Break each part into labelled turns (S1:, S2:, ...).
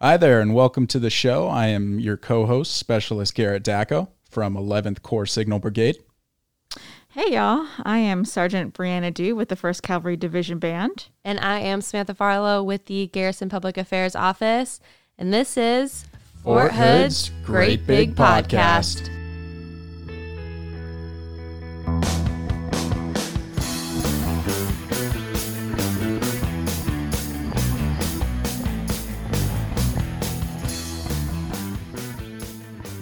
S1: Hi there, and welcome to the show. I am your co host, Specialist Garrett Dacko from 11th Corps Signal Brigade.
S2: Hey y'all, I am Sergeant Brianna Dew with the 1st Cavalry Division Band.
S3: And I am Samantha Farlow with the Garrison Public Affairs Office. And this is Fort, Hood's Great Big Podcast.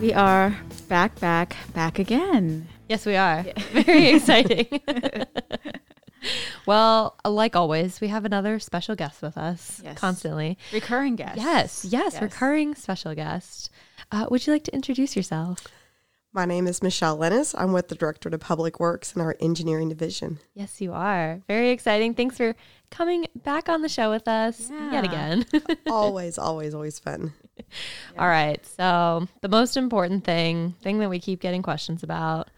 S2: We are back, back, back again.
S3: Yes, we are. Very exciting. well, like always, we have another special guest with us
S2: Yes.
S3: constantly.
S2: Recurring guest.
S3: Yes, yes, recurring special guest. Uh, would you like to introduce yourself?
S4: My name is Michelle Lennis. I'm with the Directorate of Public Works in our Engineering Division.
S3: Yes, you are. Very exciting. Thanks for coming back on the show with us
S2: Yeah.
S3: yet again.
S4: Always, always, always fun.
S3: All right. So, the most important thing, thing that we keep getting questions about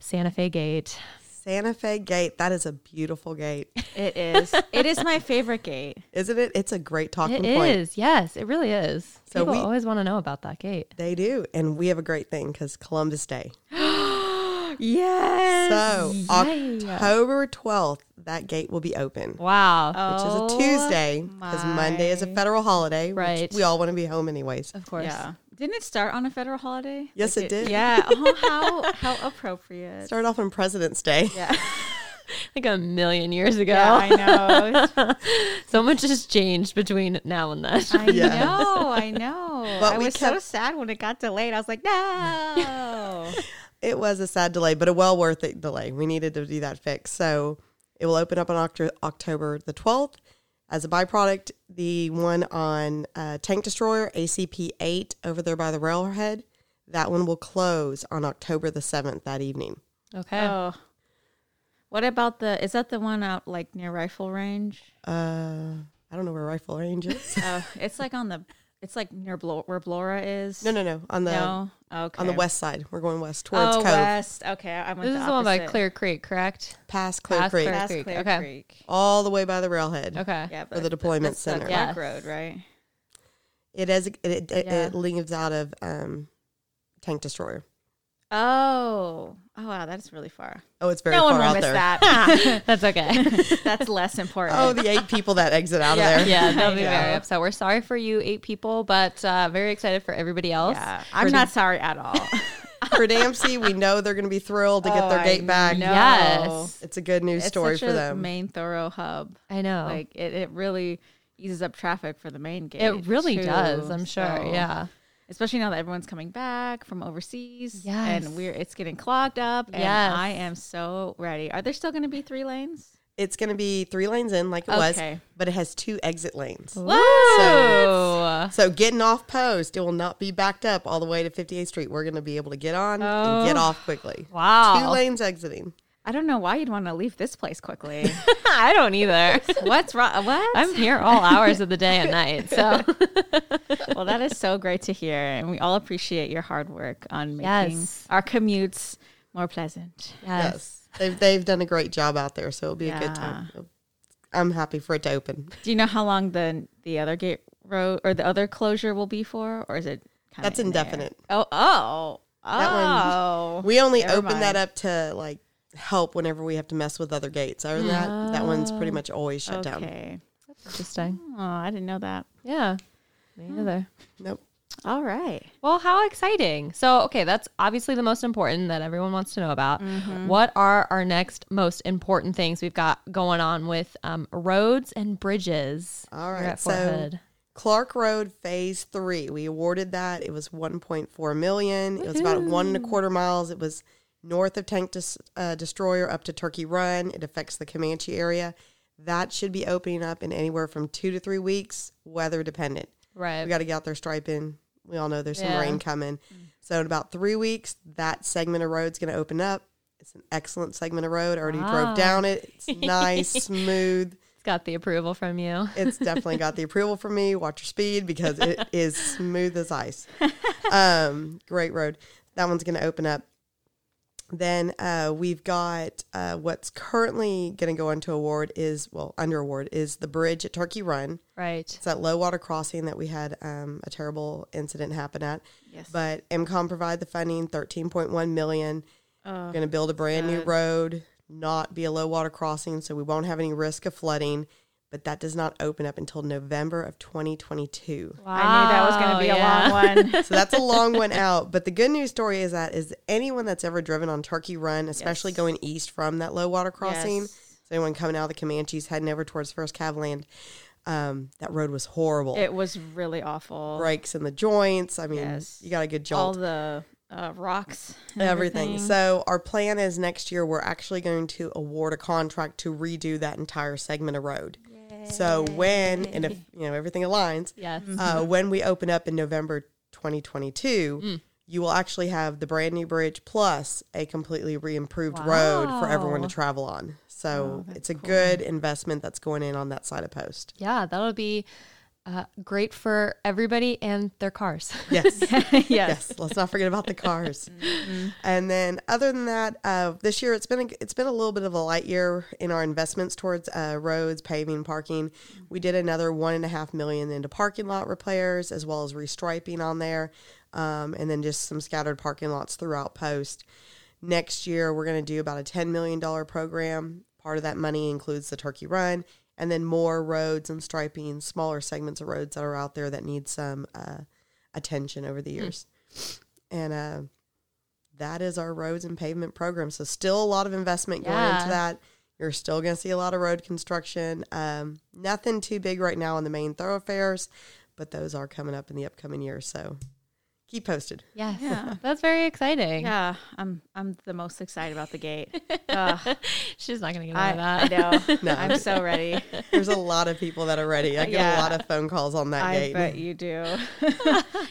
S3: Santa Fe Gate.
S4: Santa Fe Gate, that is a beautiful gate,
S2: It is. It is my favorite gate.
S4: isn't it? It's a great
S3: It
S4: talking
S3: is,
S4: point.
S3: Yes, it really is.
S4: So
S3: People
S4: we-
S3: always want to know about that gate.
S4: They do. And we have a great thing because Columbus Day.
S2: Yes.
S4: So,
S3: Yay.
S4: October 12th, that gate will be open,
S3: Wow.
S4: which is
S2: Oh,
S4: a Tuesday because Monday is a
S2: my.
S4: federal holiday. which
S3: Oh Right.
S4: we all want to be home, anyways.
S3: of course.
S2: Yeah. Didn't it start on a federal holiday?
S4: Yes, it did.
S2: Yeah. Oh, how how appropriate.
S4: Start off on President's Day.
S2: yeah.
S3: Like a million years ago.
S2: yeah. I know.
S3: so much has changed between now and then.
S2: I
S4: Yeah.
S2: know. I know.
S4: But
S2: I
S4: we
S2: was so
S4: kept-
S2: sad when it got delayed. I was like, no.
S4: It was a sad delay, but a well worth it delay. We needed to do that fix. So it will open up on Octo- October the 12th. As a byproduct, the one on uh, Tank Destroyer ACP 8 over there by the railhead, that one will close on October the 7th that evening.
S3: okay.
S2: Oh. What about the is that the one out like near rifle range?
S4: Uh, I don't know where Rifle Range is.
S2: Oh, it's like on the it's like near Blo- where Blora is.
S4: no, no, no. On the
S2: No? Okay.
S4: on the west side. We're going west towards
S2: Oh,
S4: Cove,
S2: west. Okay, I went
S3: this
S2: the
S3: is the one by
S2: opposite.
S3: Clear Creek, correct?
S4: past Clear
S3: Past
S4: Creek,
S3: Clear-
S2: Past
S3: Creek,
S2: Clear
S3: okay.
S2: Creek.
S4: all the way by the railhead
S3: Okay.
S2: Yeah,
S4: for
S2: but
S4: the deployment
S2: that's the
S4: center.
S2: back
S3: Yes.
S2: road, right?
S4: It is. It, it, it,
S3: Yeah.
S4: it leaves out of um, Tank Destroyer.
S2: Oh, oh wow, that's really far.
S4: Oh, it's very
S2: no
S4: far
S2: one will
S4: out
S2: miss
S4: there.
S2: that.
S3: That's okay.
S2: that's less important.
S4: Oh, the eight people that exit out
S2: Yeah.
S4: of there.
S3: yeah, they'll be
S2: I know.
S3: very upset. We're sorry for you, eight people, but uh, very excited for everybody else.
S2: yeah. I'm not sorry at all.
S4: For Dempsey, we know they're going to be thrilled to get
S2: Oh,
S4: their
S2: I
S4: gate back.
S2: know. No.
S3: Yes.
S4: It's a good news
S2: it's
S4: story
S2: such a
S4: for them.
S2: main thorough hub.
S3: I know.
S2: Like it, it really eases up traffic for the main gate.
S3: Oh. it really
S2: too,
S3: does, I'm sure.
S2: so-
S3: Yeah.
S2: especially now that everyone's coming back from overseas.
S3: Yes.
S2: and we're it's getting clogged up. And
S3: Yes.
S2: I am so ready. Are there still going to be three lanes?
S4: it's going to be three lanes in, like it
S2: Okay.
S4: was, but it has two exit lanes.
S3: Whoa.
S4: So getting off post, it will not be backed up all the way to 58th Street. We're going to be able to get on and
S2: Oh,
S4: get off quickly. Two
S3: wow.
S4: lanes exiting.
S2: I don't know why you'd want to leave this place quickly.
S3: I don't either.
S2: What's wrong? What?
S3: I'm here all hours of the day and night. So
S2: well, that is so great to hear, and we all appreciate your hard work on making
S3: Yes.
S2: our commutes more pleasant.
S3: yes.
S4: They've, they've done a great job out there, so it'll be a
S2: Yeah.
S4: good time. I'm happy for it to open.
S2: Do you know how long the the other gate road or the other closure will be for, or is it? Kind
S4: That's indefinite.
S2: Oh, oh,
S4: That
S2: oh.
S4: We only
S2: Never
S4: open
S2: mind.
S4: that up to like help whenever we have to mess with other gates. Other than that, that one's pretty much always shut down.
S2: Oh, okay.
S3: Interesting.
S2: Oh, I didn't know that.
S3: Yeah. Me either.
S4: Nope.
S2: All right.
S3: Well, how exciting. So, okay, that's obviously the most important that everyone wants to know about. What are our next most important things we've got going on with um, roads and bridges?
S4: All
S3: here
S4: right,
S3: at Fort
S4: so-
S3: Hood?
S4: Clark Road Phase Three. We awarded that. It was 1.4 million. It was about one and a quarter miles. It was north of Tank Des- uh, Destroyer up to Turkey Run. It affects the Comanche area. That should be opening up in anywhere from two to three weeks, weather dependent.
S3: right.
S4: We got to get out there striping. We all know there's some
S3: Yeah.
S4: rain coming. So in about three weeks, that segment of road's going to open up. It's an excellent segment of road. I already
S3: Wow.
S4: drove down it. It's nice, smooth.
S3: it's got the approval from you.
S4: It's definitely got the approval from me. Watch your speed because it is smooth as ice. Um, great road. That one's going to open up. Then uh, we've got uh, what's currently going to go into award is, well, under award is the bridge at Turkey Run.
S3: Right.
S4: It's that low water crossing that we had um, a terrible incident happen at.
S2: Yes.
S4: But MCOM provide the funding, thirteen point one million.
S2: Oh,
S4: Going to build a brand new road, not be a low water crossing, so we won't have any risk of flooding. But that does not open up until November of 2022.
S2: I knew that was going to be a long one.
S4: So that's a long one out. But the good news story is that is anyone that's ever driven on Turkey Run, especially going east from that low water crossing,
S2: Yes.
S4: so anyone coming out of the Comanches heading over towards First Cavaland, um, that road was horrible.
S2: It was really awful.
S4: Breaks in the joints. I mean,
S2: Yes.
S4: you got a good
S2: All
S4: jolt.
S2: the uh, rocks. and
S4: everything. So our plan is next year we're actually going to award a contract to redo that entire segment of road. So when and if you know everything aligns,
S3: Yes.
S4: uh, when we open up in November 2022, you will actually have the brand new bridge plus a completely re-improved road for everyone to travel on. So it's a good investment that's going in on that side of post.
S3: Yeah, that'll be uh, great for everybody and their cars.
S4: Yes.
S2: yes.
S4: yes. Let's not forget about the cars. And then, other than that, uh, this year it's been a, it's been a little bit of a light year in our investments towards uh, roads, paving, parking. We did another one and a half million into parking lot repairs as well as restriping on there, um, and then just some scattered parking lots throughout Post. Next year, we're going to do about a ten million dollar program. Part of that money includes the Turkey Run. And then more roads and striping, smaller segments of roads that are out there that need some uh, attention over the years. And uh, that is our roads and pavement program. So still a lot of investment going
S3: Yeah.
S4: into that. You're still going to see a lot of road construction. Um, nothing too big right now on the main thoroughfares, but those are coming up in the upcoming year. So keep posted.
S3: Yes.
S2: Yeah.
S3: That's very exciting.
S2: Yeah, I'm I'm the most excited about the gate. Ugh,
S3: She's not going to get out
S2: I,
S3: of
S2: I
S3: that.
S2: know.
S4: No.
S2: I'm so ready.
S4: There's a lot of people that are ready. I get
S2: Yeah.
S4: a lot of phone calls on that
S2: I
S4: gate.
S2: bet you do.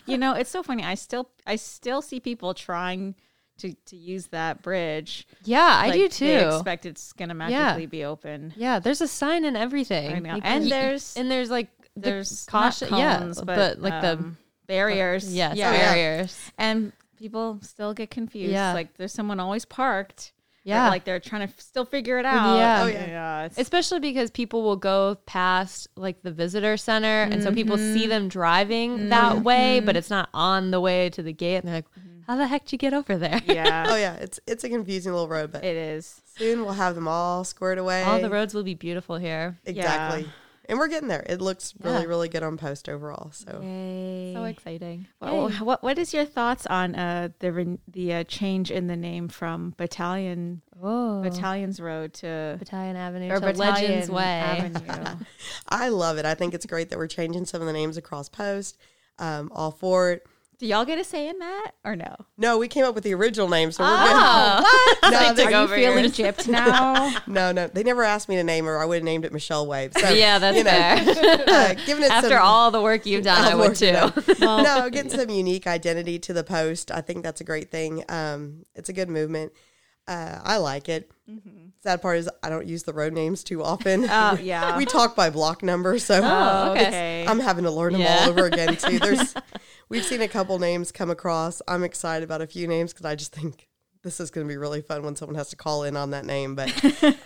S2: you know, it's so funny. I still I still see people trying to to use that bridge.
S3: Yeah, I
S2: Like,
S3: do
S2: They
S3: too.
S2: expect it's gonna magically be open.
S3: Yeah, there's a sign and everything.
S2: I know.
S3: You
S2: And
S3: can-
S2: there's-
S3: and there's like the
S2: There's
S3: caution,
S2: caution, cones,
S3: yeah,
S2: but,
S3: like
S2: um, barriers.
S3: the yes
S2: yeah,
S3: barriers.
S2: and people still get confused.
S3: Yeah.
S2: like there's someone always parked. but,
S3: Yeah.
S2: like they're trying to f- still figure it out.
S3: Yeah.
S4: Oh, yeah.
S2: it's,
S3: Especially because people will go past like the visitor center, and so people see them driving that way, but it's not on the way to the gate, and they're like, "How the heck did you get over there?"
S2: yeah,
S4: Oh yeah, it's it's a confusing little road, but
S2: it is.
S4: soon we'll have them all squared away.
S3: All the roads will be beautiful here.
S4: exactly. And we're getting there. It looks really,
S3: Yeah.
S4: really good on post overall. So
S3: So exciting!
S2: Well, what what is your thoughts on uh, the ren- the uh, change in the name from Battalion
S3: Oh,
S2: Battalions Road to
S3: Battalion Avenue
S2: or
S3: to Legends
S2: Battalion
S3: Way.
S2: Avenue?
S4: I love it. I think it's great that we're changing some of the names across post. Um, all for it.
S2: Do y'all get a say in that or no?
S4: No, we came up with the original name, so we're
S3: Ah.
S4: good. No,
S2: Are
S4: they-
S2: you feeling gypped now?
S4: no, no. They never asked me to name her. I would have named it Michelle Wave. So
S3: yeah, that's fair.
S4: uh, giving it
S3: After
S4: some,
S3: all the work you've done, I
S4: I'll
S3: would
S4: work it
S3: too.
S4: out. no, getting some unique identity to the post. I think that's a great thing. Um, it's a good movement. Uh, I like it. Sad part is I don't use the road names too often.
S2: Oh yeah.
S4: we talk by block number, so
S3: Uh, Oh, okay.
S4: I'm having to learn them
S3: Yeah.
S4: all over again too. There's, we've seen a couple names come across. I'm excited about a few names because I just think this is going to be really fun when someone has to call in on that name. But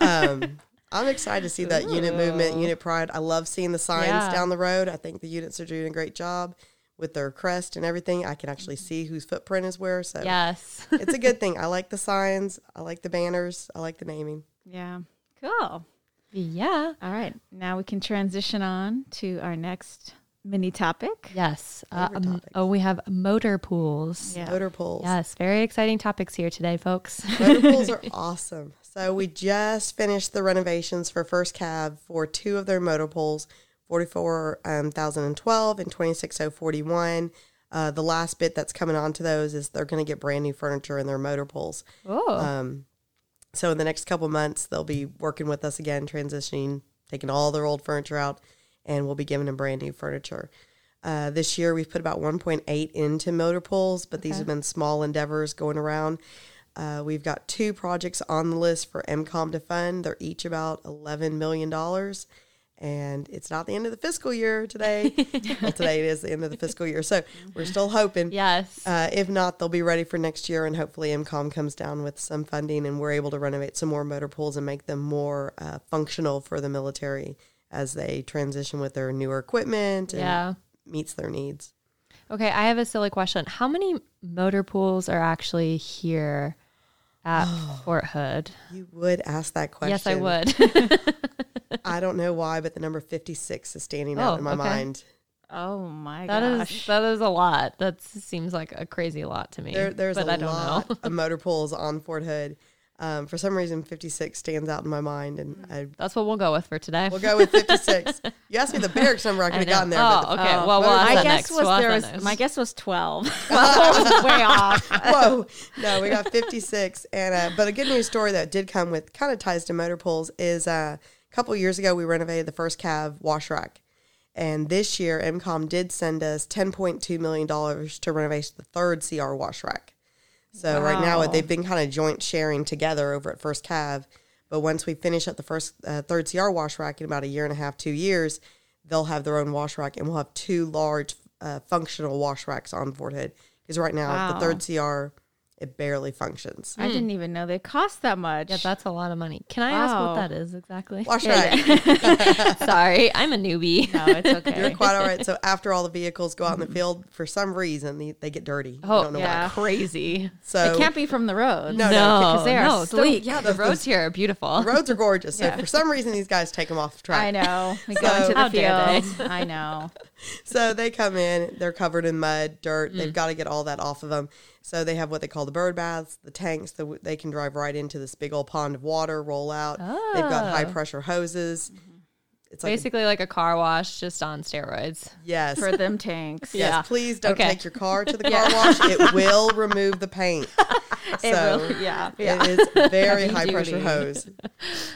S4: um, I'm excited to see that unit movement, unit pride. I love seeing the signs
S3: Yeah.
S4: down the road. I think the units are doing a great job with their crest and everything. I can actually see whose footprint is where. So
S3: Yes.
S4: it's a good thing. I like the signs. I like the banners. I like the naming.
S2: yeah. Cool.
S3: Yeah.
S2: All right. Now we can transition on to our next mini topic.
S3: Yes. Uh,
S4: Favorite
S3: um,
S4: topics.
S3: oh, we have motor pools.
S2: Yeah.
S4: Motor polls.
S3: Yes. Very exciting topics here today, folks.
S4: Motor pools are awesome. So we just finished the renovations for First Cav for two of their motor pools, 44,012 and 26041. Uh, the last bit that's coming on to those is they're going to get brand new furniture in their motor pools.
S3: Oh.
S4: Um, so in the next couple months, they'll be working with us again, transitioning, taking all their old furniture out, and we'll be giving them brand new furniture. Uh, this year, we've put about 1.8 into motor pools, but these have been small endeavors going around. Uh, we've got two projects on the list for MCOM to fund. They're each about $11 million. And it's not the end of the fiscal year today. well, today it is the end of the fiscal year. So we're still hoping.
S3: Yes.
S4: Uh, if not, they'll be ready for next year, and hopefully, MCOM comes down with some funding and we're able to renovate some more motor pools and make them more uh, functional for the military as they transition with their newer equipment and
S3: yeah.
S4: meets their needs.
S3: Okay, I have a silly question. How many motor pools are actually here at Fort Hood?
S4: You would ask that Oh. question.
S3: Yes, I would.
S4: I don't know why, but the number 56 is standing
S3: Oh,
S4: out in my
S3: okay.
S4: mind.
S2: Oh my
S3: That is
S2: gosh.
S3: that is a lot. That seems like a crazy lot to me.
S4: There, there's
S3: but
S4: a
S3: I don't
S4: lot
S3: know.
S4: of motor pools on Fort Hood. Um, for some reason, 56 stands out in my mind, and I,
S3: That's what we'll go with for today.
S4: we'll go with 56. you asked me the barracks number, I could
S3: I
S4: have
S3: know.
S4: gotten there.
S3: Oh,
S4: but the,
S3: okay. well, we'll
S4: motor
S3: ask
S4: pool-
S2: my
S3: that
S2: guess
S3: next.
S2: was
S3: We'll ask
S2: there
S3: that
S2: was,
S3: next.
S2: my guess was twelve. was way off.
S4: Whoa. No, we got 56. And uh, but a good news story that did come with kind of ties to motor pools is uh, a couple years ago we renovated the first Cav wash rack. And this year MCOM did send us 10.2 million dollars to renovate the third CR wash rack. So right now they've been kind of joint sharing together over at First Cav, but once we finish up the first uh, third CR wash rack in about a year and a half, two years, they'll have their own wash rack, and we'll have two large uh, functional wash racks on Fort Hood. Because right now
S2: Wow.
S4: the third CR it barely functions.
S2: I didn't even know they cost that much.
S3: yeah, that's a lot of money. Can I
S2: Wow.
S3: ask what that is exactly?
S4: Wash
S2: Yeah,
S4: rack,
S3: Sorry, I'm a newbie.
S2: no, it's okay.
S4: you're quite all right. So after all the vehicles go out in the field, for some reason they, they get dirty. I
S3: Oh,
S4: don't know
S2: yeah.
S4: why.
S3: Crazy.
S4: So
S2: it can't be from the road.
S3: no,
S4: No,
S2: because they are
S3: no, the-
S2: sleek.
S3: yeah, the roads here are beautiful.
S4: the roads are gorgeous. So for some reason these guys take them off track.
S2: I know. We go into
S3: How
S2: the
S3: dare
S2: field. I know.
S4: So they come in, they're covered in mud, dirt.
S2: Mm.
S4: They've got to get all that off of them. So they have what they call the bird baths, the tanks. The, they can drive right into this big old pond of water, roll out. They've got high
S3: Oh.
S4: pressure hoses.
S2: Mm-hmm.
S4: It's like,
S3: Basically, like a car wash just on steroids.
S4: yes.
S2: For them tanks.
S4: Yes,
S3: yeah.
S4: please don't
S3: Okay.
S4: take your car to the car wash. It will remove the paint.
S2: It
S4: so
S2: really- yeah.
S4: it is very
S2: Heavy
S4: high pressure
S2: duty.
S4: hose.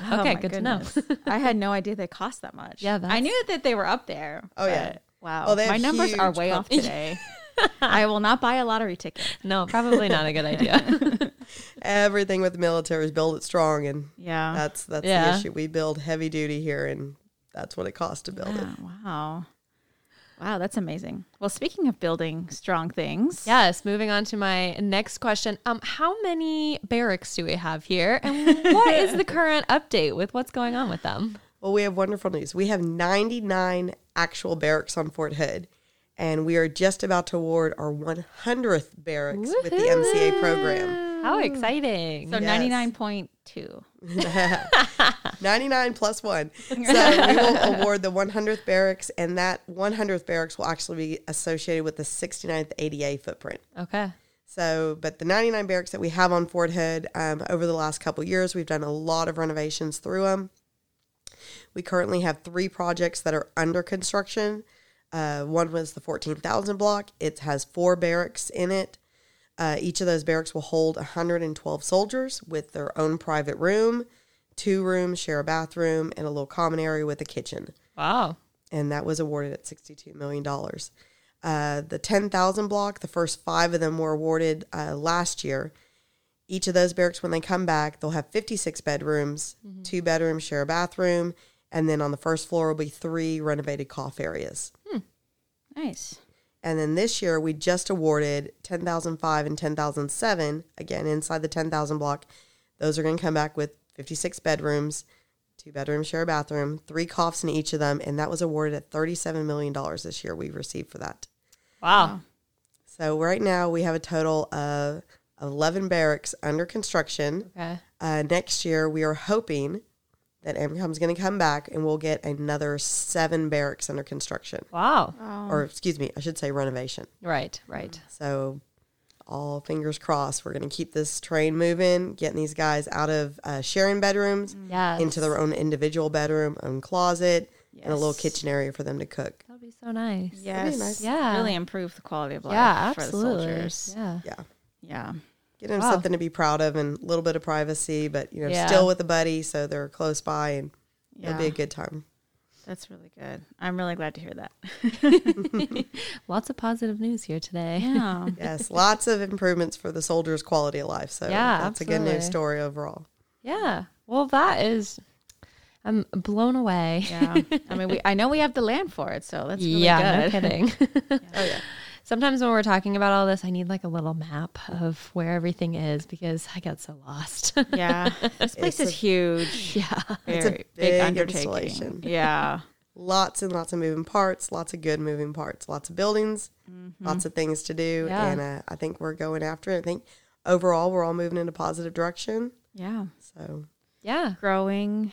S2: Oh
S3: Okay,
S2: my
S3: good to know.
S2: goodness. I had no idea they cost that much.
S3: Yeah,
S2: I
S3: that's-
S2: knew that they were up there.
S4: Oh, yeah.
S2: but Wow.
S4: Oh, they have
S2: my numbers are
S4: huge
S2: way
S4: pump-
S2: off today. I will not buy a lottery ticket.
S3: No, probably not a good idea.
S4: Everything with the military is build it strong, and
S2: Uh, Yeah.
S4: that's that's
S3: Yeah.
S4: the issue. We build heavy duty here, and that's what it costs to build it.
S2: Yeah, Oh, wow. Wow, that's amazing. Well, speaking of building strong things,
S3: yes. Moving on to my next question. Um, how many barracks do we have here, and what is the current update with what's going on with them?
S4: Well, we have wonderful news. We have 99 actual barracks on Fort Hood, and we are just about to award our 100th barracks with the MCA program.
S3: How exciting!
S2: so
S4: Yes.
S2: 99.2.
S4: 99 plus one. So we will award the 100th barracks, and that 100th barracks will actually be associated with the 69th ADA footprint.
S3: okay.
S4: So, but the 99 barracks that we have on Fort Hood um, over the last couple years, we've done a lot of renovations through them. We currently have three projects that are under construction. Uh, one was the 14,000 block. It has four barracks in it. Uh, each of those barracks will hold 112 soldiers with their own private room, two rooms, share a bathroom, and a little common area with a kitchen
S3: Wow.
S4: and that was awarded at $62 million. Uh, the 10,000 block, the first five of them were awarded uh, last year. Each of those barracks, when they come back, they'll have 56 bedrooms, two bedrooms, share a bathroom, and then on the first floor will be three renovated cough areas.
S2: Nice.
S4: And then this year, we just awarded 10,005 and 10,007, again, inside the 10,000 block. Those are going to come back with 56 bedrooms, two bedrooms, share a bathroom, three coughs in each of them. And that was awarded at $37 million this year we received for that.
S3: Wow.
S4: So right now, we have a total of 11 barracks under construction.
S3: Okay.
S4: Uh, next year, we are hoping that MCOM's going to come back and we'll get another seven barracks under construction.
S3: Wow.
S4: Or, excuse me, I should say renovation.
S3: Right. Right.
S4: So, all fingers crossed, we're going to keep this train moving, getting these guys out of uh, sharing bedrooms
S3: Mm. Hmm. Yes.
S4: into their own individual bedroom, own closet, and a little
S2: Yes.
S4: kitchen area for them to cook.
S3: That'd be so nice.
S2: Yes.
S4: nice.
S3: Yeah.
S2: Really improve the quality of life for the soldiers.
S3: Yeah.
S4: Yeah.
S2: Yeah.
S4: Get them
S3: Wow.
S4: something to be proud of and a little bit of privacy, but you know,
S3: Yeah.
S4: still with a buddy, so they're close by and it'll be
S2: Yeah.
S4: a good time.
S2: That's really good. I'm really glad to hear that.
S3: Lots of positive news here today.
S2: Yeah.
S4: Yes, lots of improvements for the soldiers' quality of life. So
S3: Yeah,
S4: that's a good
S3: absolutely.
S4: news story overall.
S3: Yeah. Well, that is I'm blown away.
S2: Yeah. I mean, we I know we have the land for it, so that's really
S3: yeah,
S2: good.
S3: no kidding.
S4: Oh yeah.
S3: Sometimes when we're talking about all this, I need like a little map of where everything is because I get so lost.
S2: yeah. This place is
S4: It's
S2: huge.
S3: yeah.
S2: Very
S4: It's a big
S2: undertaking.
S4: installation.
S2: Yeah.
S4: Lots and lots of moving parts, lots of good moving parts, lots of buildings, lots of things to do.
S3: Mm-hmm. Yeah.
S4: And uh, I think we're going after it. I think overall we're all moving in a positive direction.
S2: Yeah.
S4: So
S3: Yeah.
S2: Growing,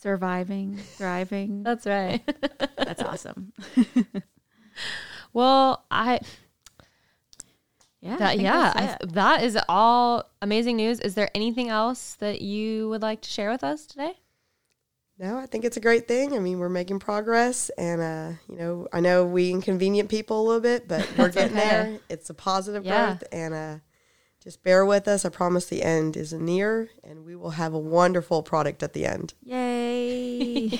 S2: surviving, thriving.
S3: That's right.
S2: That's awesome.
S3: well, I
S2: Yeah. I
S3: that,
S2: think
S3: yeah,
S2: that's
S3: I,
S2: it.
S3: that is all amazing news. Is there anything else that you would like to share with us today?
S4: No, I think it's a great thing. I mean, we're making progress, and uh, you know, I know we inconvenient people a little bit, but we're getting
S3: okay.
S4: there. It's a positive
S3: Yeah.
S4: growth, and uh, just bear with us. I promise the end is near, and we will have a wonderful product at the end.
S2: Yay.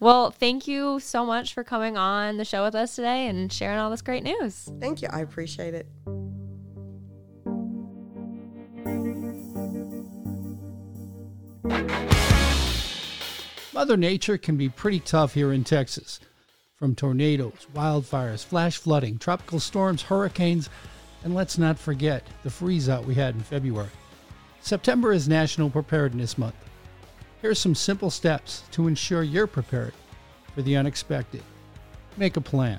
S3: Well, thank you so much for coming on the show with us today and sharing all this great news.
S4: Thank you. I appreciate it.
S5: Mother Nature can be pretty tough here in Texas. From tornadoes, wildfires, flash flooding, tropical storms, hurricanes, and let's not forget the freeze out we had in February. September is National Preparedness Month. Here's some simple steps to ensure you're prepared for the unexpected. Make a plan.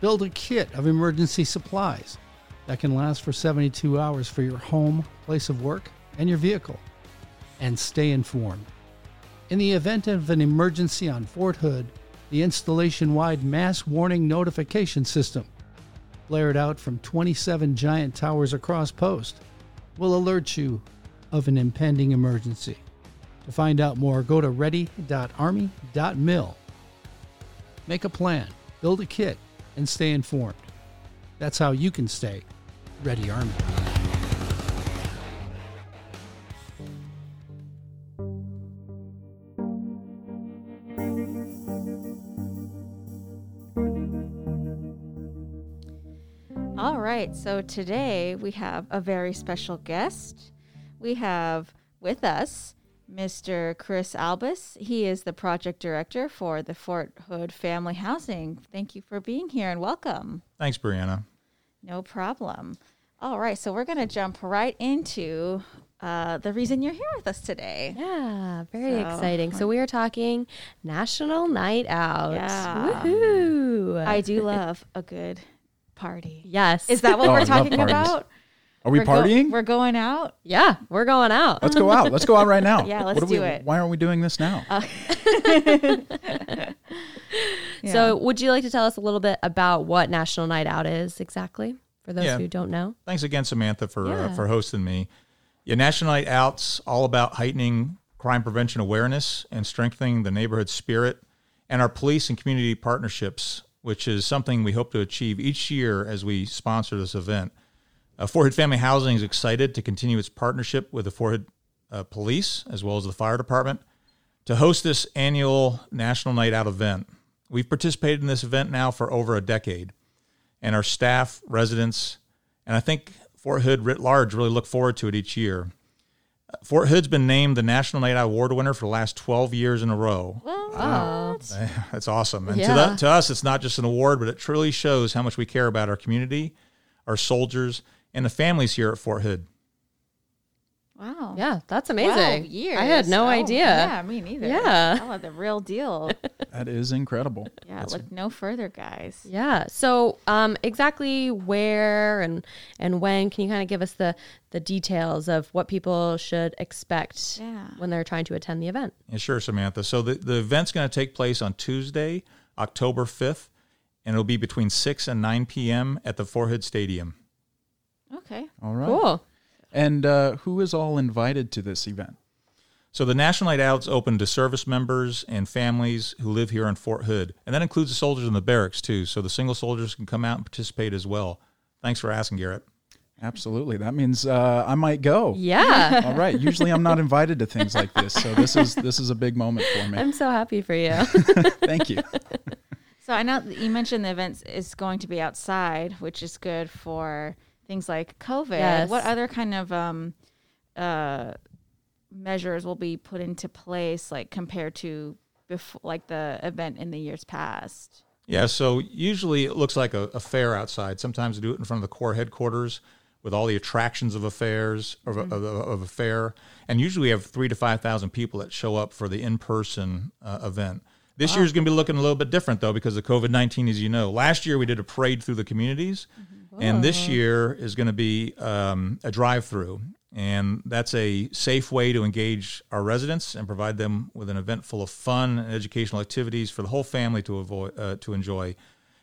S5: Build a kit of emergency supplies that can last for 72 hours for your home, place of work, and your vehicle. And stay informed. In the event of an emergency on Fort Hood, the installation wide mass warning notification system, blared out from 27 giant towers across post, will alert you of an impending emergency. To find out more, go to ready.army.mil. Make a plan, build a kit, and stay informed. That's how you can stay Ready Army.
S2: All right. So today we have a very special guest. We have with us Mr. Chris Albus. He is the project director for the Fort Hood Family Housing. Thank you for being here and welcome.
S6: Thanks, Brianna.
S2: No problem. All right. So we're going to jump right into uh, the reason you're here with us today.
S3: Yeah, very
S2: So-
S3: exciting. So we are talking National Night Out.
S2: Yeah.
S3: Woohoo.
S2: I do love a good party.
S3: yes.
S2: Is that what
S1: Oh, I
S2: we're
S1: love
S2: talking
S1: parties.
S2: about?
S1: Are we
S2: We're go-
S1: partying?
S2: we're going out.
S3: Yeah, we're going out.
S1: let's go out. Let's go out right now.
S2: Yeah,
S1: What
S2: let's
S1: are we-
S2: do it.
S1: Why aren't we doing this now?
S3: So, would you like to tell us a little bit about what National Night Out is exactly for those
S6: Yeah.
S3: who don't know?
S6: Thanks again, Samantha, for
S3: Yeah.
S6: uh, for hosting me. Yeah, National Night Out's all about heightening crime prevention awareness and strengthening the neighborhood spirit and our police and community partnerships, which is something we hope to achieve each year as we sponsor this event. Uh, Fort Hood Family Housing is excited to continue its partnership with the Fort Hood uh, Police as well as the Fire Department to host this annual National Night Out event. We've participated in this event now for over a decade, and our staff, residents, and I think Fort Hood writ large really look forward to it each year. Uh, Fort Hood's been named the National Night Out Award winner for the last 12 years in a row.
S2: Oh.
S6: That's awesome. And
S3: Yeah.
S6: to, that, to us, it's not just an award, but it truly shows how much we care about our community, our soldiers, and the families here at Fort Hood.
S2: Wow.
S3: Oh, Yeah, that's
S2: 12
S3: amazing.
S2: years.
S3: I had no
S2: Oh,
S3: idea.
S2: Yeah, me neither.
S3: Yeah.
S2: Oh, the real deal.
S1: that is incredible.
S2: Yeah, look no further, guys.
S3: Yeah. So, um, exactly where and and when can you kind of give us the the details of what people should expect
S2: Yeah.
S3: when they're trying to attend the event?
S6: Yeah, sure, Samantha. So the, the event's going to take place on Tuesday, October 5th, and it'll be between 6 and 9 p.m. at the Fort Hood Stadium.
S2: Okay.
S1: All right.
S3: Cool.
S1: And uh, who is all invited to this event?
S6: So the National Night Out's open to service members and families who live here in Fort Hood, and that includes the soldiers in the barracks too. So the single soldiers can come out and participate as well. Thanks for asking, Garrett.
S1: Absolutely. That means uh, I might go.
S3: Yeah.
S1: All right. Usually I'm not invited to things like this, so this is this is a big moment for me.
S3: I'm so happy for you.
S1: Thank you.
S2: So I know that you mentioned the events is going to be outside, which is good for things like COVID.
S3: Yes.
S2: What other kind of um, uh, measures will be put into place, like compared to before, like the event in the years past?
S6: Yeah, so usually it looks like a, a fair outside. Sometimes they do it in front of the Corps headquarters with all the attractions of affairs of, a- of, a- of a fair, and usually we have three to five thousand people that show up for the in-person uh, event. This year's going to be looking a little bit different though because of COVID nineteen, as you know. Last year we did a parade through the communities, and this year is going to be um, a drive-through, and that's a safe way to engage our residents and provide them with an event full of fun and educational activities for the whole family to avoid uh, to enjoy.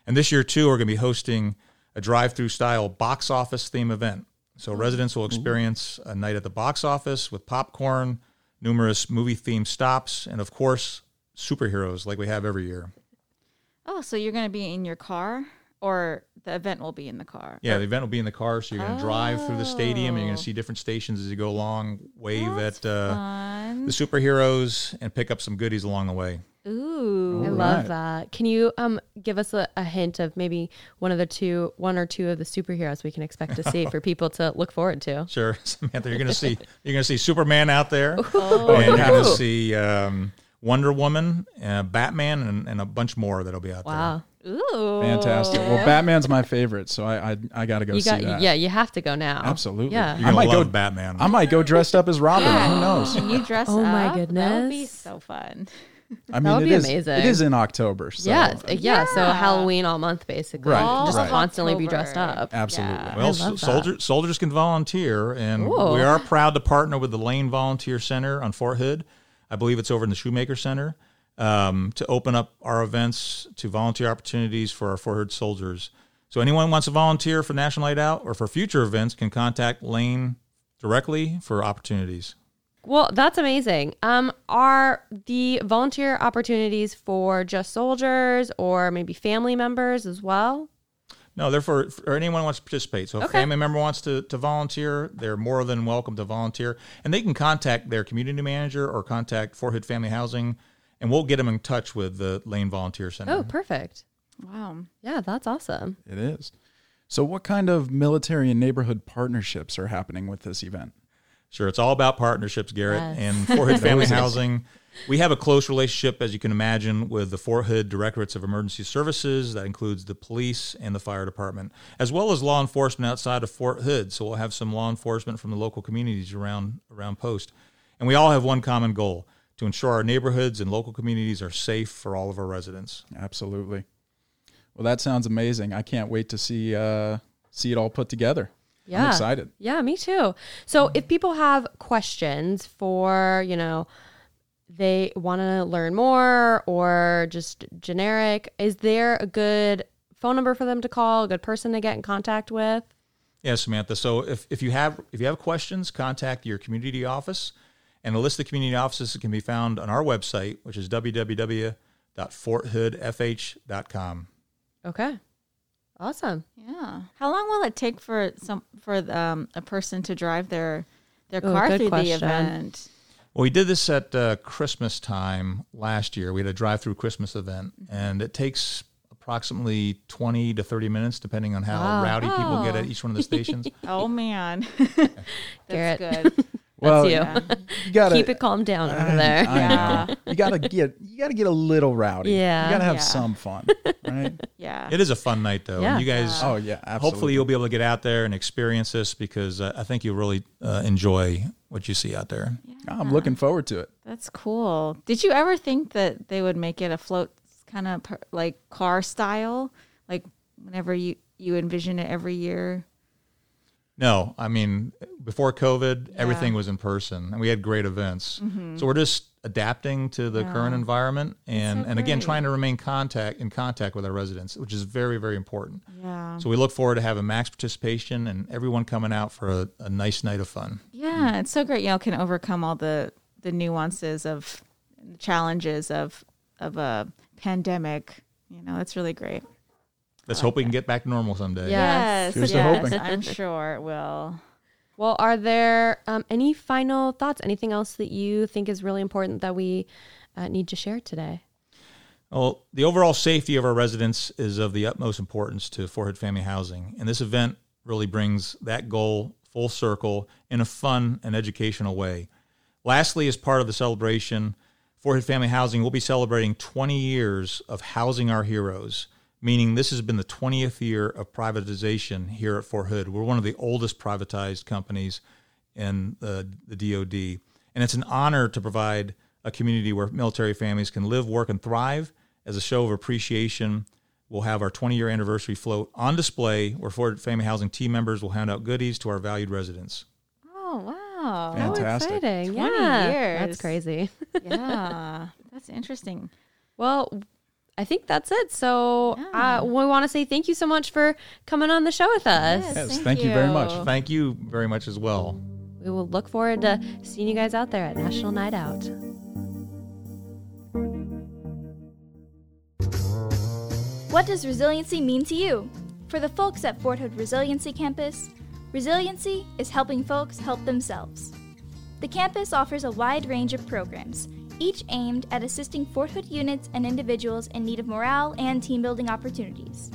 S6: And this year too, we're going to be hosting a drive-through style box office theme event. So residents will experience a night at the box office with popcorn, numerous movie themed stops, and of course superheroes like we have every year.
S2: Oh, so you're going to be in your car, or the event will be in the car?
S6: Yeah, the event will be in the car, so you're going to drive through the stadium, and you're going to see different stations as you go along, wave at uh,
S2: Fun.
S6: the superheroes, and pick up some goodies along the way.
S3: I
S2: Ooh.
S1: right.
S3: love that. Can you um give us a, a hint of maybe one of the two, one or two of the superheroes we can expect to see for people to look forward to?
S6: Sure, Samantha, you're going to see you're going to see Superman out there, and you're going to see um, Wonder Woman, uh, Batman, and, and a bunch more that'll be out there.
S3: Wow,
S2: Ooh.
S1: Fantastic. Well, Batman's my favorite, so I I, I got to go
S3: Oh. you
S1: see
S3: got
S1: that.
S3: yeah, you have to go now.
S1: Absolutely.
S3: Yeah.
S6: You're
S1: I
S6: gonna
S1: might
S6: love
S1: go-
S6: Batman.
S1: I might go dressed up as Robin. Who knows?
S2: Can you dress
S3: Oh
S2: up?
S3: my
S2: That would be
S3: goodness.
S2: so fun.
S1: I mean,
S3: That would
S1: it
S3: be
S1: is-
S3: amazing.
S1: It is in October. So
S3: yes, yeah, So
S2: Yeah.
S3: Halloween all month basically,
S1: Right,
S3: just
S1: right.
S3: constantly be dressed
S2: October.
S3: up.
S1: Absolutely.
S2: Yeah.
S6: Well,
S3: love
S6: soldiers soldiers can volunteer, and
S3: Cool.
S6: we are proud to partner with the Lane Volunteer Center on Fort Hood. I believe it's over in the Shoemaker Center um, to open up our events to volunteer opportunities for our Fort Hood soldiers. So anyone who wants to volunteer for National Night Out or for future events can contact Lane directly for opportunities.
S3: Well, that's amazing. Um, are the volunteer opportunities for just soldiers or maybe family members as well?
S6: No, they're for, for anyone who wants to participate. So if a family member wants to, to volunteer, they're more than welcome to volunteer. And they can contact their community manager or contact Fort Hood Family Housing, and we'll get them in touch with the Lane Volunteer
S1: Mm-hmm.
S6: Center.
S3: Oh, perfect.
S2: Wow.
S3: Yeah, that's awesome.
S1: It is. So, what kind of military and neighborhood partnerships are happening with this event?
S6: Sure, it's all about partnerships, Garrett,
S3: Yes.
S6: and Fort Hood Family Housing. We have a close relationship, as you can imagine, with the Fort Hood Directorates of Emergency Services. That includes the police and the fire department, as well as law enforcement outside of Fort Hood. So we'll have some law enforcement from the local communities around around post, and we all have one common goal: to ensure our neighborhoods and local communities are safe for all of our residents.
S1: Absolutely. Well, that sounds amazing. I can't wait to see uh, see it all put together.
S3: Yeah.
S1: I'm excited.
S3: Yeah, me too. So if people have questions for, you know, they want to learn more or just generic, is there a good phone number for them to call, a good person to get in contact with?
S6: Yeah, Samantha. So if, if you have if you have questions, contact your community office, and a list of community offices can be found on our website, which is www.forthoodfh.com.
S3: Okay. Awesome.
S2: Yeah. How long will it take for some for um, a person to drive their their
S3: Ooh,
S2: car
S3: good
S2: through
S3: question.
S2: the event?
S6: Well, we did this at uh, Christmas time last year. We had a drive-through Christmas event, and it takes approximately twenty to thirty minutes, depending on how
S3: Wow.
S6: rowdy people get
S3: Oh.
S6: at each one of the stations.
S2: Oh man, that's
S3: Garrett.
S2: good.
S1: Well,
S3: you.
S2: Yeah.
S1: you Oh, gotta Uh,
S3: Keep it calm down over there.
S1: I
S2: Yeah.
S1: know. You gotta get you gotta get a little rowdy.
S3: Yeah.
S1: You gotta have
S2: Yeah.
S1: some fun, right?
S2: Yeah.
S6: it is a fun night, though.
S3: Yeah.
S6: And you guys,
S1: oh yeah, absolutely.
S6: hopefully, you'll be able to get out there and experience this because uh, I think you'll really uh, enjoy what you see out there.
S1: I'm looking forward to it.
S2: That's cool. Did you ever think that they would make it a float kind of per, like car style, like whenever you you envision it every year?
S6: No, I mean, before COVID, everything was in person and we had great events. So we're just adapting to the current environment and,
S2: Mm-hmm. so
S6: and again,
S2: great.
S6: trying to remain contact in contact with our residents, which is very, very important.
S2: Yeah.
S6: So we look forward to having max participation and everyone coming out for a, a nice night of fun.
S2: Yeah, it's so great y'all can overcome all the the nuances of challenges of of a pandemic. You know, that's really great.
S6: Let's hope we can get back to normal someday.
S3: Yeah. Yes.
S1: Here's to hoping.
S2: I'm sure it will.
S3: Well, are there um, any final thoughts? Anything else that you think is really important that we uh, need to share today?
S6: Well, the overall safety of our residents is of the utmost importance to Fort Hood Family Housing, and this event really brings that goal full circle in a fun and educational way. Lastly, as part of the celebration, Fort Hood Family Housing will be celebrating 20 years of housing our heroes, meaning this has been the 20th year of privatization here at Fort Hood. We're one of the oldest privatized companies in the, the DoD, and it's an honor to provide a community where military families can live, work, and thrive. As a show of appreciation, we'll have our 20 year anniversary float on display, where Fort Hood Family Housing team members will hand out goodies to our valued residents.
S2: Oh wow!
S1: Fantastic.
S3: How exciting.
S2: 20
S3: yeah.
S2: years.
S3: That's crazy.
S2: yeah, that's interesting.
S3: Well, I think that's it. So
S2: Yeah.
S3: uh, we want to say thank you so much for coming on the show with us.
S2: Yes,
S1: Yes,
S2: thank
S1: thank you very much.
S2: you.
S6: Thank you very much as well.
S3: We will look forward to seeing you guys out there at National Night Out.
S7: What does resiliency mean to you? For the folks at Fort Hood Resiliency Campus, resiliency is helping folks help themselves. The campus offers a wide range of programs, each aimed at assisting Fort Hood units and individuals in need of morale and team building opportunities.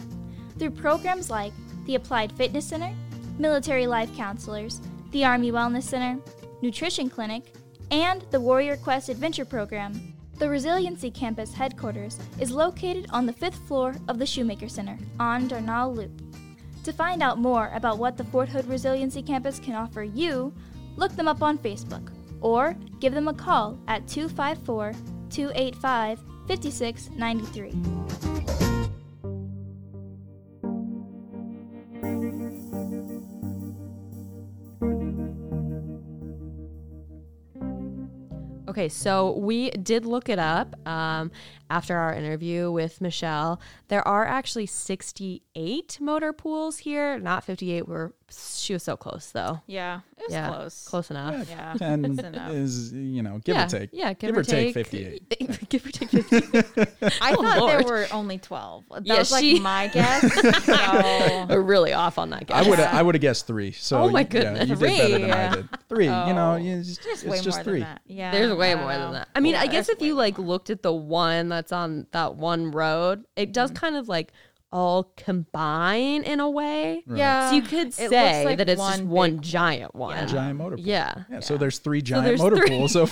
S7: Through programs like the Applied Fitness Center, Military Life Counselors, the Army Wellness Center, Nutrition Clinic, and the Warrior Quest Adventure Program, the Resiliency Campus headquarters is located on the fifth floor of the Shoemaker Center on Darnall Loop. To find out more about what the Fort Hood Resiliency Campus can offer you, look them up on Facebook or give them a call at 254 285 5693.
S3: Okay, so we did look it up um, after our interview with Michelle. There are actually 68 motor pools here, not 58. We're she was so close though.
S2: Yeah, it was
S3: yeah,
S2: close.
S3: close enough.
S2: Yeah,
S1: Ten
S2: that's enough.
S1: is you know give
S3: yeah,
S1: or take.
S3: Yeah, give,
S1: give or take 58.
S3: 58. give or take 58.
S2: I thought
S3: Oh, Lord.
S2: there were only twelve. That
S3: Yeah,
S2: was like
S3: she-
S2: my guess. So
S3: We're really off on that guess.
S1: I would
S2: Yeah.
S1: I would have guessed three. So
S3: Oh my
S1: you- yeah,
S3: goodness.
S1: you did better
S2: Three.
S1: than I did. Three, you know,
S2: Oh.
S1: you just,
S2: just
S1: it's
S2: way
S1: just
S2: more
S1: three.
S2: than that. Yeah,
S3: There's way more
S2: wow.
S3: than that. I mean,
S2: Yeah,
S3: I guess
S2: there's
S3: if you
S2: way
S3: like looked at the one that's on that one road, it does
S2: Mm-hmm.
S3: kind of like all combine in a way.
S2: more. yeah,
S3: So you could
S2: it looks
S3: say
S2: like
S3: that it's just
S2: big-
S3: one giant one.
S2: Yeah.
S1: Giant motor pool.
S3: Yeah.
S1: Yeah, So there's three giant
S3: there's
S1: motor
S3: three.
S1: pools. So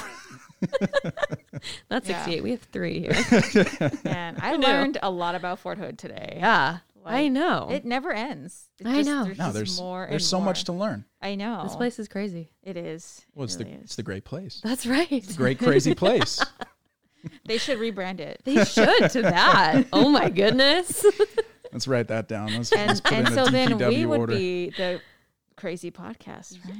S3: Not
S2: Yeah.
S3: 68. We have three here.
S2: Man, I
S3: know.
S2: learned a lot about Fort Hood today.
S3: yeah. I
S2: Like,
S3: know.
S2: It never ends. It
S3: I
S2: just-
S3: know.
S2: There's
S1: no,
S2: just
S1: there's
S2: more.
S1: there's
S2: and
S1: so much to
S2: more.
S1: learn.
S2: I know.
S3: this place is crazy.
S2: It is.
S1: Well, it's
S2: it
S1: the
S2: really
S1: it's
S2: is.
S1: the great place.
S3: That's right.
S1: Great crazy place.
S2: They should rebrand it.
S3: They should to that. Oh my goodness.
S1: Let's write that down. Let's,
S2: And
S1: let's put
S2: and
S1: in
S2: so
S1: a
S2: then
S1: DPW
S2: we would
S1: order.
S2: be the crazy podcast. Right?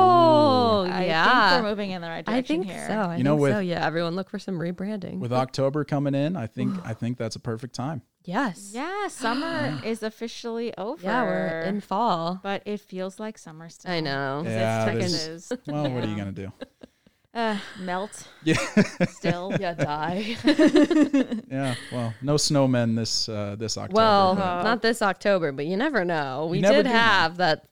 S3: Oh,
S2: I think
S3: yeah.
S2: we're moving in the right
S3: I
S2: direction
S3: think
S2: here.
S3: so. I
S1: You
S3: you
S1: know,
S3: know,
S1: with-
S3: so. Yeah, everyone look for some rebranding.
S1: With October coming in, I think I think that's a perfect time.
S3: yes.
S2: Yeah, summer is officially over.
S3: Yeah, we're in fall.
S2: but it feels like summer still.
S3: I know.
S2: 'Cause
S1: Yeah,
S2: it's
S1: there's-
S2: Texas.
S1: Well, what are you
S2: Yeah.
S1: gonna do?
S2: Uh, melt
S1: Yeah,
S2: still.
S3: Yeah, die.
S1: yeah. Well, no snowmen this uh, this October.
S3: Well,
S1: but-
S2: but-
S3: not this October, but you never know. We
S1: You never
S3: did
S1: do know.
S3: have that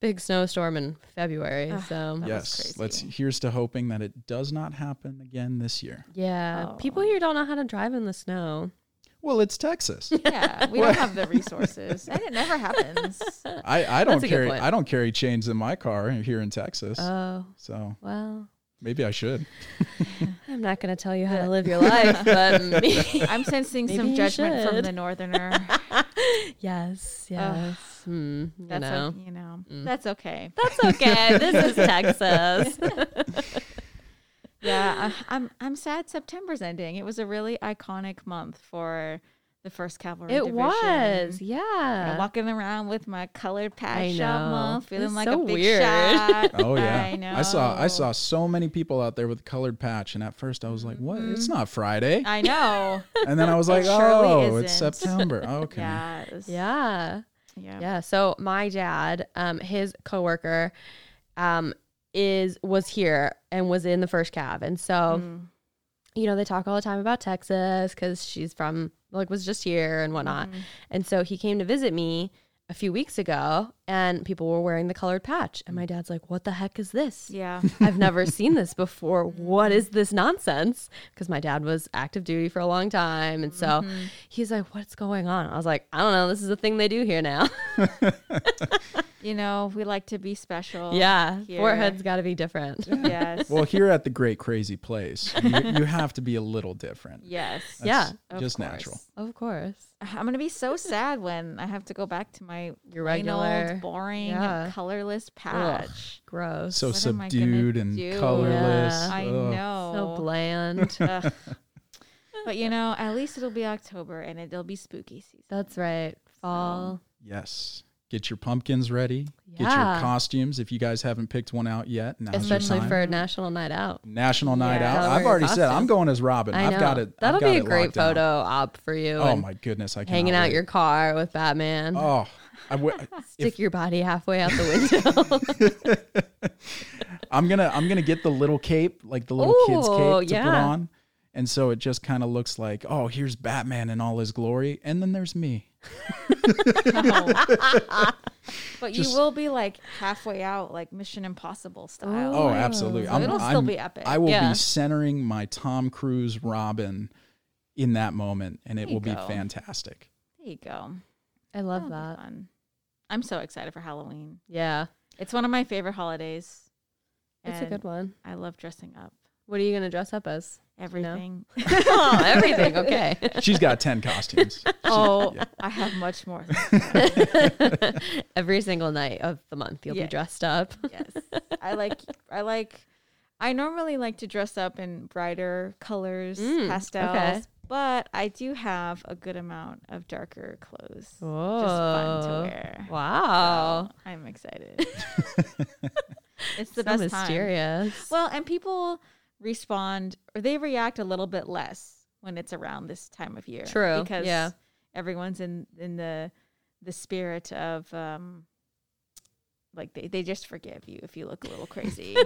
S3: big snowstorm in February, so
S2: that was
S1: yes.
S2: crazy.
S1: Let's. Here's to hoping that it does not happen again this year.
S3: yeah,
S2: Oh.
S3: people here don't know how to drive in the snow.
S1: Well, it's Texas.
S2: Yeah, we don't have the resources, and it never happens.
S1: I, I don't
S3: That's a good
S1: carry
S3: point.
S1: I don't carry chains in my car here in Texas.
S2: Uh.
S3: Oh,
S1: so
S3: well,
S1: maybe I should.
S3: I'm not going to tell you how to live your life, but me-
S2: I'm sensing
S3: Maybe
S2: some
S3: you
S2: judgment from
S3: should.
S2: the northerner.
S3: yes, yes. Hmm, you
S2: That's
S3: know. Mm.
S2: o- you know that's okay.
S3: That's okay. this is Texas.
S2: yeah, I, I'm I'm sad September's ending. It was a really iconic month for the first cavalry.
S3: it
S2: Division.
S3: was,
S2: You know,
S3: yeah.
S2: walking around with my colored
S3: Uh, I
S2: patch shot
S3: know.
S2: month, feeling
S3: It's
S2: like
S3: so
S2: a big
S3: weird.
S2: shot.
S1: Oh yeah.
S2: I know.
S1: saw I saw so many people out there with a colored patch and at first I was like, "What? It's not Friday."
S2: Mm-hmm. I know.
S1: And then I was like,
S2: surely
S1: "Oh, it's
S2: isn't."
S1: September." Okay.
S2: yeah, it was-
S3: Yeah.
S2: yeah.
S3: Yeah. So my dad, um, his coworker, um, is was here and was in the first cab, and so you know they talk all the time about Texas because she's from like was just here and whatnot, and so he came to visit me a few weeks ago, and people were wearing the colored patch, and my dad's like, "What the heck is this?"
S2: Yeah.
S3: I've never seen this before. What is this nonsense? Because my dad was active duty for a long time. And so he's like, What's going on? I was like, I don't know. This is a thing they do here now.
S2: You know, we like to be special.
S3: yeah.
S2: here.
S3: Fort Hood's got to be different.
S2: Yes.
S1: Well, here at the Great Crazy Place, you, you have to be a little different.
S2: yes.
S3: yeah.
S2: Of
S1: just
S2: course.
S1: natural.
S3: Of course.
S2: I'm gonna be so sad when I have to go back to my
S3: Your
S2: plain old,
S3: regular-
S2: boring,
S3: yeah. colorless
S2: colorless patch.
S3: Gross.
S1: So
S2: What am I gonna
S1: subdued and
S2: do?
S1: colorless.
S3: Yeah.
S2: I
S1: Ugh.
S2: know.
S3: So bland.
S2: Ugh. but you know, at least it'll be October and it'll be spooky season.
S3: That's right. Fall.
S1: Yes. Get your pumpkins ready. Get your
S3: Yeah.
S1: costumes if you guys haven't picked one out yet. Now's your
S3: Especially
S1: time.
S3: for National Night Out.
S1: National Night
S2: Yeah.
S1: Out.
S3: Gotta
S1: I've
S3: wear
S1: already
S3: your
S1: said I'm
S3: costume.
S1: going as Robin.
S3: I
S1: I've
S3: know.
S1: got it. I've
S3: That'll
S1: got
S3: be a
S1: it
S3: great
S1: locked down.
S3: photo op for you.
S1: Oh
S3: and
S1: my goodness! I can
S3: Hanging out your car with Batman.
S1: Oh, I w-
S3: Stick your body halfway out the window.
S1: I'm gonna I'm gonna get the little cape, like the little kid's
S3: Ooh,
S1: cape to put
S3: yeah.
S1: on, and so it just kind of looks like oh here's Batman in all his glory, and then there's me.
S2: But
S1: Just-
S2: you will be like halfway out, like Mission Impossible style.
S1: Oh, absolutely!
S2: So it'll still be epic.
S1: I will
S3: Yeah.
S1: be centering my Tom Cruise Robin in that moment, and it
S2: There you
S1: will be
S2: go.
S1: fantastic.
S2: There you go.
S3: I love
S2: That'll be
S3: that.
S2: fun. I'm so excited for Halloween.
S3: Yeah.
S2: It's one of my favorite holidays.
S3: It's a good
S2: and
S3: one.
S2: I love dressing up.
S3: What are you going to dress up as?
S2: Everything.
S3: oh, everything. Okay.
S1: She's got ten costumes.
S2: Oh, I have much more.
S3: Every single night of the month, you'll
S2: Yeah.
S3: be dressed up.
S2: yes. I like I like I normally like to dress up in brighter colors,
S3: Mm,
S2: pastels,
S3: okay.
S2: but I do have a good amount of darker clothes. Just fun to
S3: Oh.
S2: wear.
S3: Wow.
S2: So, I'm excited. it's the
S3: Oh. so
S2: best time.
S3: mysterious.
S2: Well, and people respond or they react a little bit less when it's around this time of year.
S3: True,
S2: Because
S3: yeah.
S2: everyone's in in the the spirit of um like they, they just forgive you if you look a little crazy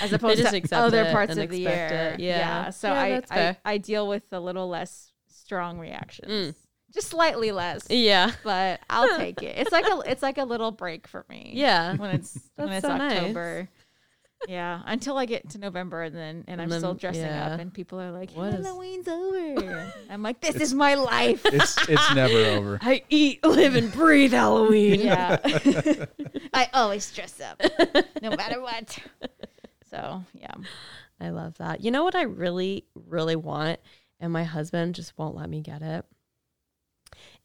S2: as opposed
S3: just
S2: to
S3: accept
S2: other
S3: it
S2: parts
S3: and
S2: of the
S3: expect
S2: year.
S3: it, yeah.
S2: So
S3: Yeah,
S2: I,
S3: that's
S2: I
S3: fair. Mm.
S2: I deal with a little less strong reactions. Just slightly less.
S3: yeah.
S2: But I'll take it. It's like a it's like a little break for me
S3: Yeah.
S2: when it's when
S3: That's
S2: it's
S3: so nice.
S2: October. Yeah, until I get to November and then and I'm
S3: then-
S2: still dressing
S3: yeah.
S2: up and people are like,
S3: What is-
S2: "Halloween's over." I'm like, "This is my life."
S1: It's it's never over.
S3: I eat, live, and breathe Halloween.
S2: Yeah, I always dress up, no matter what. So yeah,
S3: I love that. You know what I really, really want, and my husband just won't let me get it,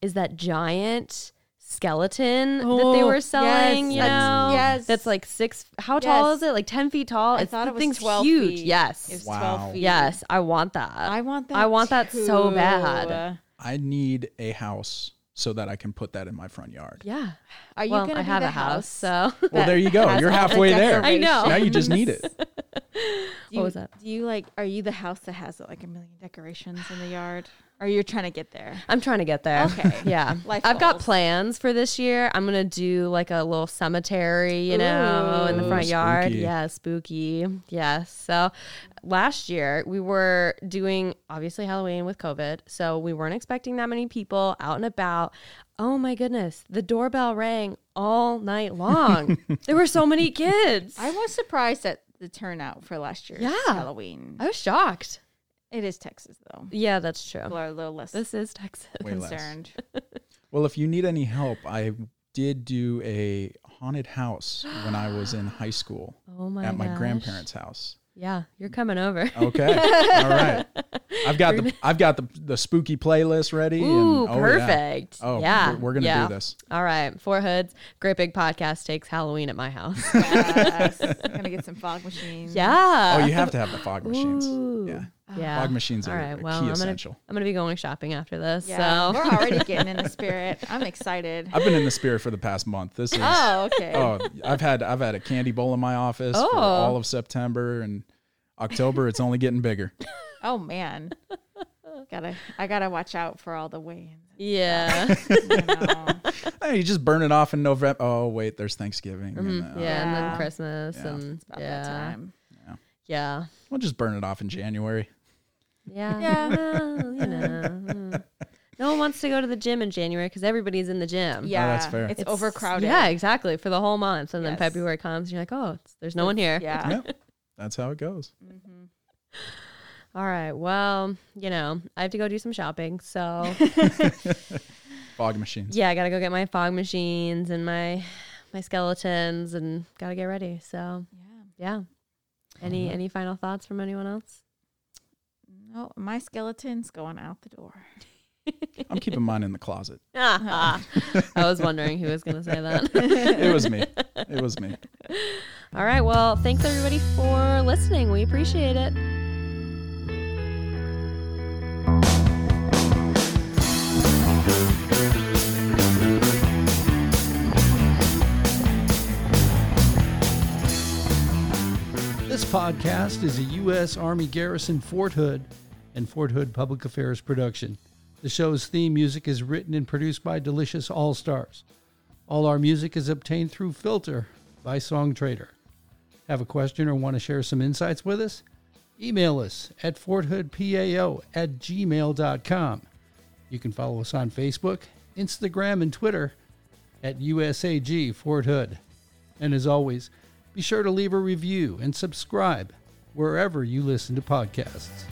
S3: is that giant skeleton that they
S2: Oh,
S3: were
S2: yes,
S3: selling. you
S2: that's-
S3: know,
S2: yes.
S3: that's like six. How tall
S2: Yes.
S3: is it? Like ten feet tall.
S2: I
S3: It's-
S2: thought
S3: the
S2: it was
S3: thing's
S2: twelve
S3: huge.
S2: feet.
S3: Yes,
S2: It was
S1: Wow.
S2: twelve feet.
S3: yes, I want that.
S2: I want that.
S3: I want that so bad.
S2: too.
S1: I need a house so that I can put that in my front yard.
S3: yeah.
S2: Are you
S3: well,
S2: gonna
S3: I
S2: do
S3: have
S2: the
S3: a house, so
S1: Well,
S2: that
S1: there you go.
S2: has
S1: You're
S2: all the
S1: halfway there.
S3: I know.
S1: Now you just need it.
S2: Do you,
S3: was that?
S2: Do you like? Are you the house that has like a million decorations in the yard? Or you're trying to get there?
S3: I'm trying to get there.
S2: Okay.
S3: Yeah.
S2: Life
S3: I've got
S2: goals.
S3: plans for this year. I'm going to do like a little cemetery, you know, in the
S1: Ooh,
S3: front yard.
S1: spooky.
S3: Yeah. Spooky. Yes. So last year we were doing obviously Halloween with COVID. So we weren't expecting that many people out and about. Oh my goodness. The doorbell rang all night long. there were so many kids.
S2: I was surprised at the turnout for last year's
S3: Yeah.
S2: Halloween.
S3: I was shocked.
S2: It is Texas though.
S3: Yeah, that's true.
S2: People are a little less
S3: This is Texas.
S1: Way less.
S2: concerned.
S1: Well, if you need any help, I did do a haunted house when I was in high school
S3: Oh my
S1: at my
S3: gosh.
S1: grandparents' house.
S3: Yeah, you're coming over.
S1: Okay. All right. I've got the I've got the, the spooky playlist ready.
S3: Ooh,
S1: and, oh, yeah.
S3: perfect.
S1: Oh,
S3: yeah.
S1: we're- we're gonna do
S3: yeah.
S1: this.
S3: All right. Four Hoods, Great Big Podcast takes Halloween at my house.
S1: Oh,
S2: yes. Gonna get some fog machines.
S3: yeah.
S1: Oh, you have to have the fog machines.
S3: Uh, Ooh.
S1: Yeah.
S3: Yeah.
S1: Fog machines
S3: All
S1: are
S3: right.
S1: a
S3: Well,
S1: key
S3: I'm going to
S1: essential.
S3: I'm gonna be going shopping after this.
S2: Yeah.
S3: So
S2: We're already getting in the spirit. I'm excited.
S1: I've been in the spirit for the past month. This is
S2: Oh, okay.
S1: oh, I've had I've had a candy bowl in my office for
S3: Oh.
S1: all of September and October. It's only getting bigger.
S2: Oh man. Gotta I gotta watch out for all the weigh-ins.
S3: yeah.
S2: You know.
S1: Hey, you just burn it off in November. Oh wait, there's Thanksgiving. and,
S3: Mm,
S1: uh,
S3: yeah. And then
S2: Yeah.
S3: Christmas
S1: Yeah.
S3: and
S2: About
S3: yeah.
S2: that time.
S3: Yeah.
S1: We'll just burn it off in January.
S3: Yeah.
S2: Yeah.
S3: Well, you know. mm. No one wants to go to the gym in January because everybody's in the gym.
S2: Yeah.
S1: that's fair.
S2: It's, overcrowded.
S3: Yeah, exactly. For the whole month. And then
S2: Yes.
S3: February comes and you're like, oh, it's, there's no one here.
S2: Yeah.
S1: Yep. That's how it goes.
S3: All right. Well, you know, I have to go do some shopping. So
S1: Fog machines.
S3: yeah, I gotta go get my fog machines and my my skeletons and got to get ready. So,
S2: Yeah.
S3: yeah. Any any final thoughts from anyone else?
S2: No, my skeleton's going out the door.
S1: I'm keeping mine in the closet.
S3: I was wondering who was going to say that.
S1: It was me. It was me.
S3: All right. Well, thanks everybody for listening. We appreciate it.
S5: This podcast is a U.S. Army Garrison Fort Hood and Fort Hood Public Affairs production. The show's theme music is written and produced by Delicious All Stars. All our music is obtained through Filter by SongTrader. Have a question or want to share some insights with us? Email us at forthoodpao at gmail.com. You can follow us on Facebook, Instagram, and Twitter at USAG Fort Hood. And as always, be sure to leave a review and subscribe wherever you listen to podcasts.